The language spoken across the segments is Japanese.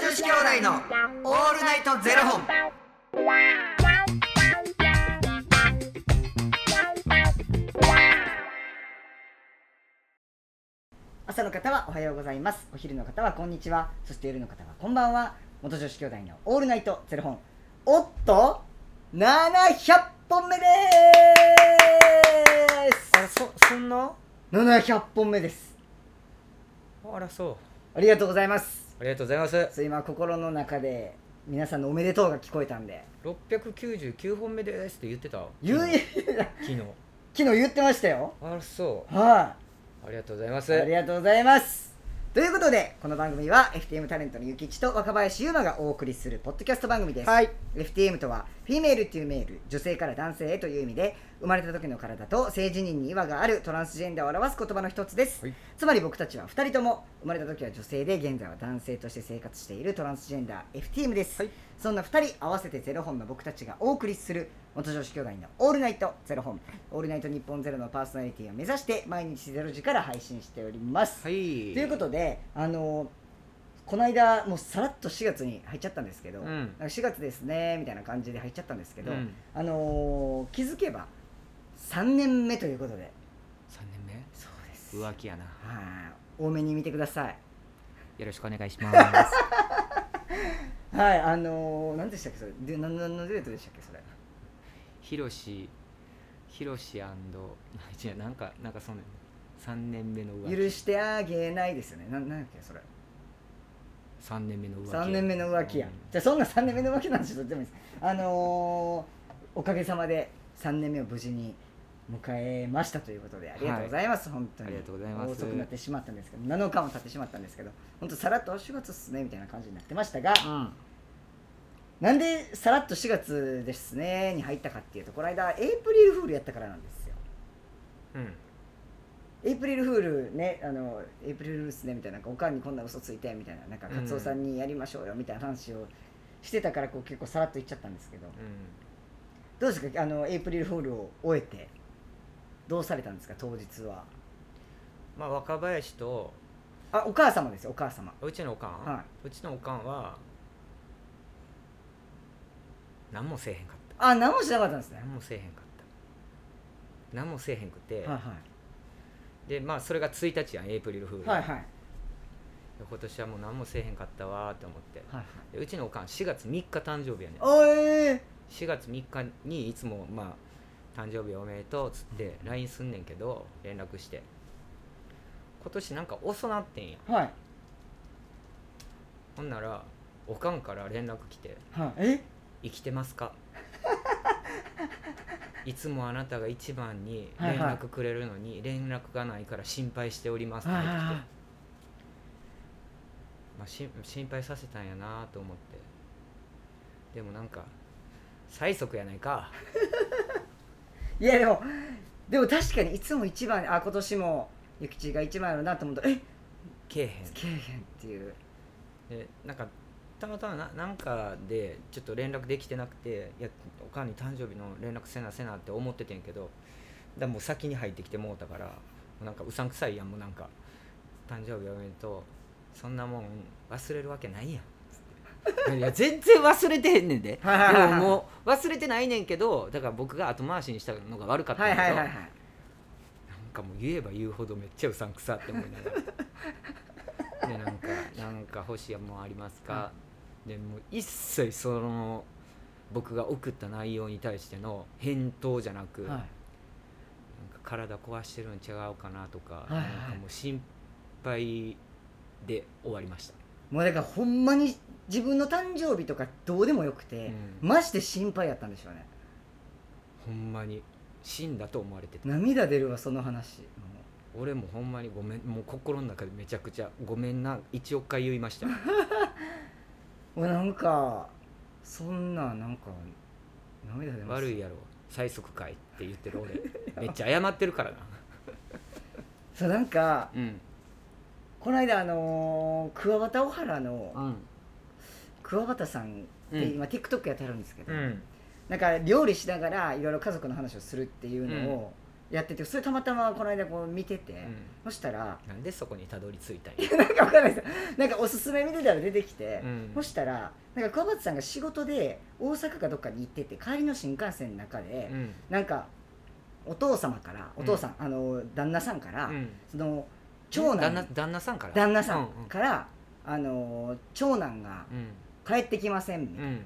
子兄弟のオールナイトゼロ本。朝の方はおはようございますお昼の方はこんにちはそして夜の方はこんばんは元女子兄弟のオールナイトゼロ本おっと700本目であらそそんなす700本目ですあらそうありがとうございますありがとうございますそう今心の中で皆さんのおめでとうが聞こえたんで699本目ですって言ってた言う昨日昨昨日日言ってましたよあらそはうありがとうございまい、すありがとうございますということでこの番組は FTM タレントのゆきちと若林優馬がお送りするポッドキャスト番組です、はい、 FTM とはフィメールというメール女性から男性へという意味で生まれた時の体と性自認に違和があるトランスジェンダーを表す言葉の一つです、はいつまり僕たちは2人とも生まれた時は女性で現在は男性として生活しているトランスジェンダー FTM です、はいそんな2人合わせてゼロ本の僕たちがお送りする元女子兄弟の「オールナイトゼロ本」「オールナイト日本ゼロのパーソナリティを目指して毎日ゼロ時から配信しております、はいということであのこの間もうさらっと4月に入っちゃったんですけど、うんなんか4月ですねみたいな感じで入っちゃったんですけど、うんあのー気づけば3年目ということで3年目そうです浮気やなはい多めに見てくださいよろしくお願いしますははいあのー、何でしたっけそれで何の何のデートでしたっけそれひろしひろし違うなんかなんかその3年目の浮許気してあげないですよねなんなんだっけそれ3年目の浮気3年目の浮気や、じゃあそんな3年目の浮気なんてどっちでもいいですあのーおかげさまで3年目を無事に迎えましたということでありがとうございます、本当にありがとうございます遅くなってしまったんですけど7日も経ってしまったんですけど本当さらっと4月っすねみたいな感じになってましたが、うん、うんなんでさらっと4月ですねに入ったかっていうとこの間エイプリルフールやったからなんですようんエイプリルフールねあのエイプリルフールっすねみたいななんかおかんにこんな嘘ついてみたいななんかカツオさんにやりましょうよみたいな話をしてたからこう結構さらっと言っちゃったんですけどどうですかあのエイプリルフールを終えてどうされたんですか当日はまあ若林とあお母様ですよお母様うちのおかん、はうちのおかんは何もせえへんかったあ何もしなかったんですね何もせえへんかった何もせえへんくはて、いはでまあそれが1日やんエイプリルフール、いはいはいはい今年はもう何もせえへんかったわーって思ってはいでうちのおかん4月3日誕生日やねんおえ4月3日にいつもまあ誕生日おめでとうっつって LINE すんねんけど連絡して今年なんか遅なってんやー、はいほんならおかんから連絡来てはいえ生きてます かいつもあなたが一番にはい連はい絡くれるのに連絡がないから心配しておりますっては言いっはいてきて、はいまあ、し心配させたんやなと思ってでもなんか催促やないかいやでもでも確かにいつも一番あ今年も諭吉が一番やろうなと思ったらえっけえけえへんっていうへんでなんかたまたまななんかでちょっと連絡できてなくていやおかんに誕生日の連絡せなせなって思っててんけどだからもう先に入ってきてもうたからもうなんかうさんくさいやんもうなんか誕生日おめでとうそんなもん忘れるわけないやんつっていや全然忘れてへんねんではいはいはいでももう忘れてないねんけどだから僕が後回しにしたのが悪かったんはやいけど、はいはいはいなんかもう言えば言うほどめっちゃうさんくさって思いなが らでなんか「なんか欲しいもんありますかでもう一切その僕が送った内容に対しての返答じゃなく、はいなんか体壊してるん違うかなとか、いはいなんかもう心配で終わりました、もうだからほんまに自分の誕生日とかどうでもよくて、うんマジで心配やったんでしょうねほんまに死んだと思われてた涙出るわその話も俺もほんまにごめんもう心の中でめちゃくちゃ「ごめんな」1億回言いましたうわなんかそんななんか涙出ます悪いやろ最速回って言ってる 俺めっちゃ謝ってるからなそうなんかうんこの間あのー、桑畑小原うのん桑畑さんって今、TikTok やってはるんですけど、うんなんか料理しながらいろいろ家族の話をするっていうのを、やっててそれたまたまこの間こう見てて、うんそしたら なんでそこにたどり着いたんなや、んかわかんないですなんかおすすめ見てたら出てきて、うんそしたらなんか桑畑さんが仕事で大阪かどっかに行ってて帰りの新幹線の中で、うんなんかお父様からお父さん、あの旦那さんから、うんその長旦那男旦那さんから旦那さうんんから、あの長男がうん帰ってきませんみたういん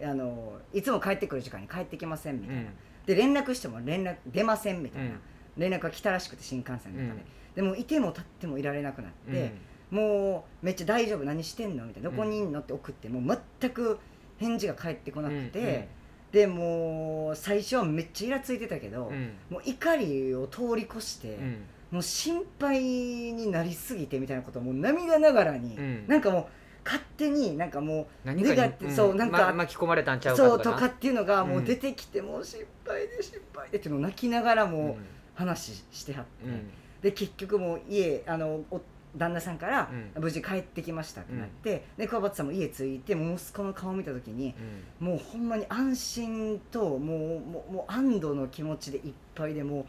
な、あのいつも帰ってくる時間に帰ってきませんみうたいな、んで連絡しても連絡出ませんみたいな、うん連絡が来たらしくて新幹線の中で、でもいても立ってもいられなくなっうんて、もうめっちゃ大丈夫何してんのみたいなどこにいんのって送ってもう全く返事が返ってこなくて、でもう最初はめっちゃイラついてたけど、うんうんもう怒りを通り越して、うんもう心配になりすぎてみたいなことをもう涙ながらに、うんなんかもう勝手になんかも何かにネガティブそうなんかま巻き込まれたんちゃううかそとうとかかっていうのがもううん出てきて、もう心配で心配でっていうのを泣きながらなもう話してはって、うんうんで結局もう家あのお旦那さんからう無事帰ってきましたってなって、で桑畑さんも家着いてもう息子の顔見た時にもうほんまに安心ともうもうもう安堵の気持ちでいっぱいでも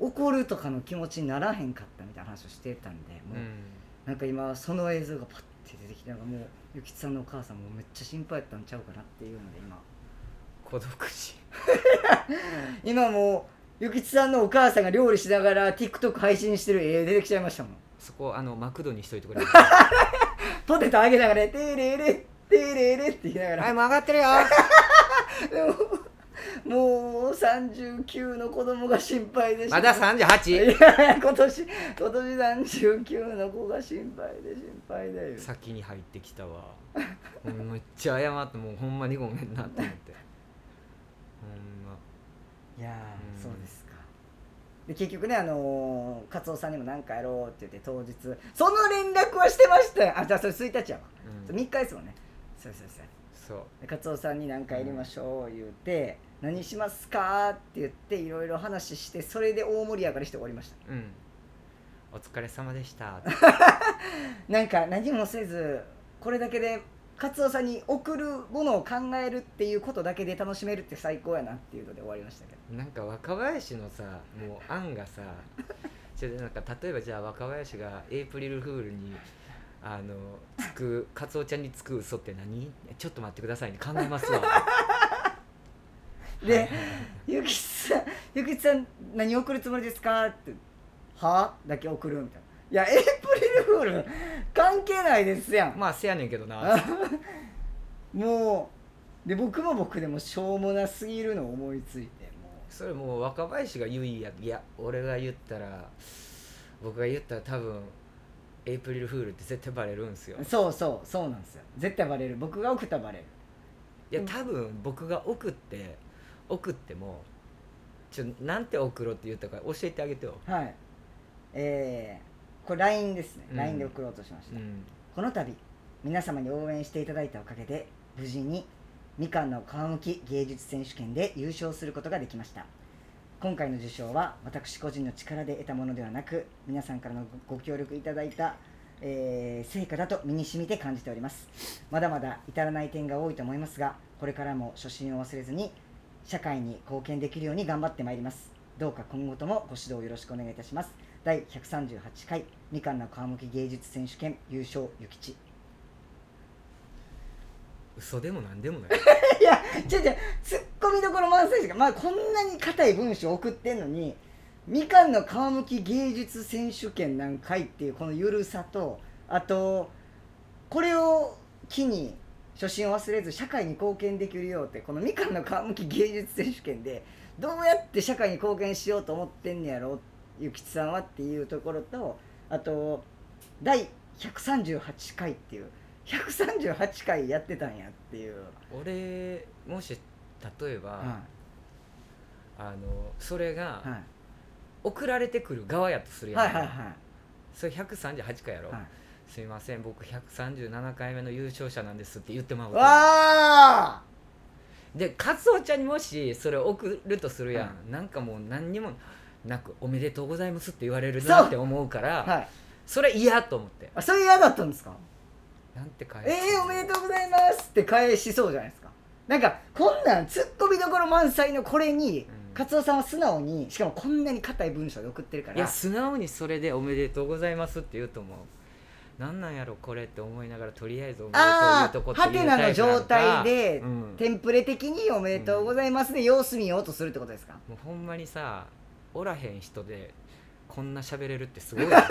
う怒るとかの気持ちにならへんかったみたいな話をしてたんでもうう、んなんか今その映像がパッて出てきてなんかもうゆきつさんのお母さんもめっちゃ心配やったんちゃうかなっていうので今孤独死今もうゆきつさんのお母さんが料理しながら TikTok 配信してる絵出てきちゃいましたもんそこあのマクドにしといてく れポテトあげながら「テレレテレレ」って言いながらい曲がってるよでももう39の子供が心配で まだいや38今年今年39の子が心配で心配だよ先に入ってきたわもうめっちゃ謝ってもうほんまにごめんなって思っていやーうんそうですかで結局ねあのー、カツオさんにも何かやろうって言って当日その連絡はしてましたよあじゃあそれ1日やわ、ほんま、うん、 3日ですもんねそうそうそうそうでカツオさんに何かやりましょう言うて、何しますかって言っていろいろ話してそれで大盛り上がりして終わりましたうんお疲れ様でしたってなんか何もせずこれだけでカツオさんに送るものを考えるっていうことだけで楽しめるって最高やなっていうので終わりましたけどなんか若林のさもう案がさちょっとなんか例えばじゃあ若林がエイプリルフールにあのつくカツオちゃんにつく嘘って何ちょっと待ってくださいね考えますわでゆきさん「ゆきさん何送るつもりですか?」って「はだけ送るみたいな「いやエイプリルフール関係ないですやん」まあせやねんけどなもうで僕も僕でもしょうもなすぎるのを思いついてもそれもう若林が言うやいや俺が言ったら僕が言ったら多分エイプリルフールって絶対バレるんすようそうそうそうなんですよ絶対バレる僕が送ったらバレるいや多分僕が送って送ってもちょなんて送ろうって言ったか教えてあげてよ、はいえー、これ LINE ですね、うん LINE で送ろうとしました、うん、この度皆様に応援していただいたおかげで無事にみかんの皮むき芸術選手権で優勝することができました今回の受賞は私個人の力で得たものではなく皆さんからのごご協力いただいた、えー成果だと身に染みて感じておりますまだまだ至らない点が多いと思いますがこれからも初心を忘れずに社会に貢献できるように頑張ってまいりますどうか今後ともご指導をよろしくお願いいたします第138回みかんの皮むき芸術選手権優勝諭吉嘘でもなんで もないいや、違う違う、ツッコミどころ満載しか、まあ、こんなに硬い文章送ってんのに、みかんの皮むき芸術選手権何回っていうこのゆるさと、あと、これを機に、初心を忘れず社会に貢献できるようってこのみかんの皮むき芸術選手権でどうやって社会に貢献しようと思ってんねやろゆきちさんはっていうところとあと第138回っていう138回やってたんやっていう、俺もし例えば、あのそれが、はい送られてくる側やとするやん、はいはいはそれ138回やろ、い。はい、すいません僕137回目の優勝者なんですって言ってまうわわあでカツオちゃんにもしそれを送るとするやん、なんかもう何にもなく「おめでとうございます」って言われるなって思うからそ,、はい。れ嫌と思ってあ、それ嫌だったんですかなんて返えすえおめでとうございますって返しそうじゃないですか。なんか、こんなん、ツッコミどころ満載のこれに、うんカツオさんは素直にしかもこんなに硬い文章で送ってるかいやら素直にそれで「おめでとうございます」って言うと思うなんなんやろこれって思いながらとりあえず「おめでとう」言うとこってあ言うータイプなハのかテナの状態でうんテンプレ的に「おめでとうございます」で様子見ようとするってことですかもうほんまにさおらへん人でこんな喋れるってすごいよ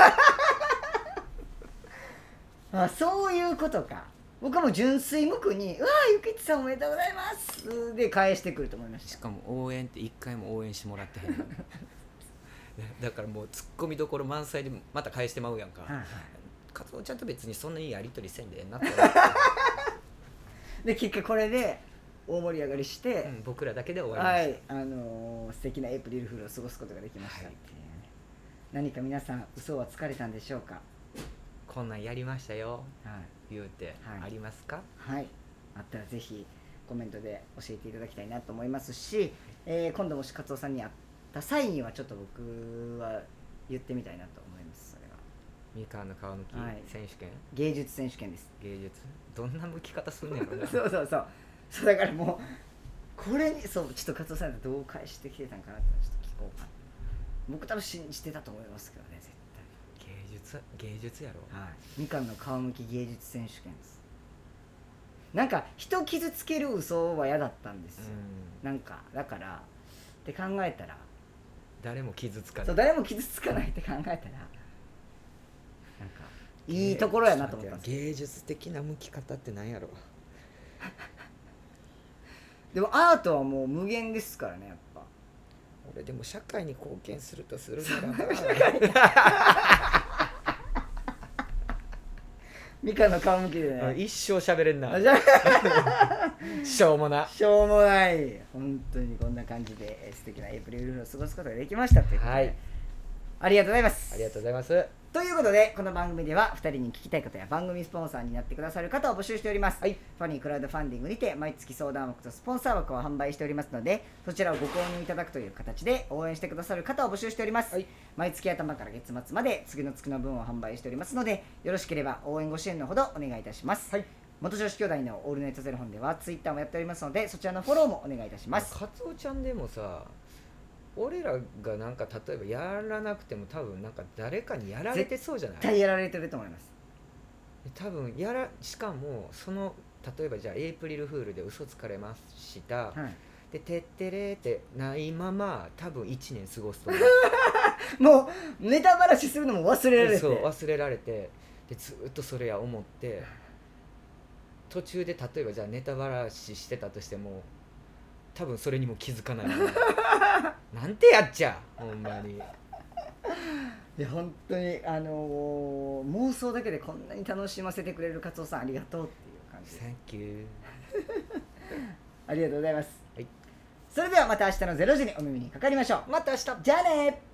あそういうことか僕はもう純粋無垢に「うわーゆきちさんおめでとうございます」で返してくると思いまししたかも応援って一回も応援してもらってへ んのだだからもうツッコミどころ満載でまた返してまうやんか、はいはいカツオちゃんと別にそんないいやり取りせんでええなって 思って、で結果これで大盛り上がりして、うん僕らだけで終わりまはした、いあのー素敵なエイプリルフールを過ごすことができましたっていうね、何か皆さん嘘は疲れたんでしょうかこんなんやりましたよはい言うて、はいありますかはい、あったらぜひコメントで教えていただきたいなと思いますし、えー今度もしカツオさんに会った際にはちょっと僕は言ってみたいなと思いますそれはみかんの皮むきはい選手権、芸術選手権です芸術どんな向き方すんねやろ なそうそうそうそうだからもうこれにそうちょっとカツオさんってどう返してきてたんかなってちょっと聞こうかな僕多分信じてたと思いますけどね絶芸術芸術やろ対はいみかんの皮むき芸術選手権ですなんか人傷つける嘘は嫌だったんですよ、うんなんかだからって考えたら誰も傷つかなそうい誰も傷つかないって考えたらなんかいいところやなと思ったんですよ芸術的な向き方ってなんやろでもアートはもう無限ですからねやっぱ俺でも社会に貢献するとするミカの顔向きでならね一生喋れんあなじゃしょうもなあしょうもない本当にこんな感じでえー素敵なエイプリルフールを過ごすことができましたということで、はいありがとうございますありがとうございますということでこの番組では2人に聞きたい方や番組スポンサーになってくださる方を募集しております、はいファニークラウドファンディングにて毎月相談枠とスポンサー枠を販売しておりますのでそちらをご購入いただくという形で応援してくださる方を募集しております、はい毎月頭から月末まで次の月の分を販売しておりますのでよろしければ応援ご支援のほどお願いいたします、はい元女子兄弟のオールナイトゼロ本ではツイッターもやっておりますのでそちらのフォローもお願いいたしますカツオちゃんでもさ俺らがなんか例えばやらなくても多分なんか誰かにやられてそうじゃない絶対やられてると思います多分やらしかもその例えばじゃあエイプリルフールで嘘つかれました、はいで「てってれ」ってないまま多分1年過ごすと思うもうネタバラシするのも忘れられてそう忘れられてでずっとそれや思って途中で例えばじゃあネタばらししてたとしても多分それにも気づ かないなんてやっちゃほんまにいや本当にあのー妄想だけでこんなに楽しませてくれるカツオさんありがとうっていう感「じでサンキューありがとうございます、はいそれではまた明日の0時にお耳にかかりましょうまた明日じゃあね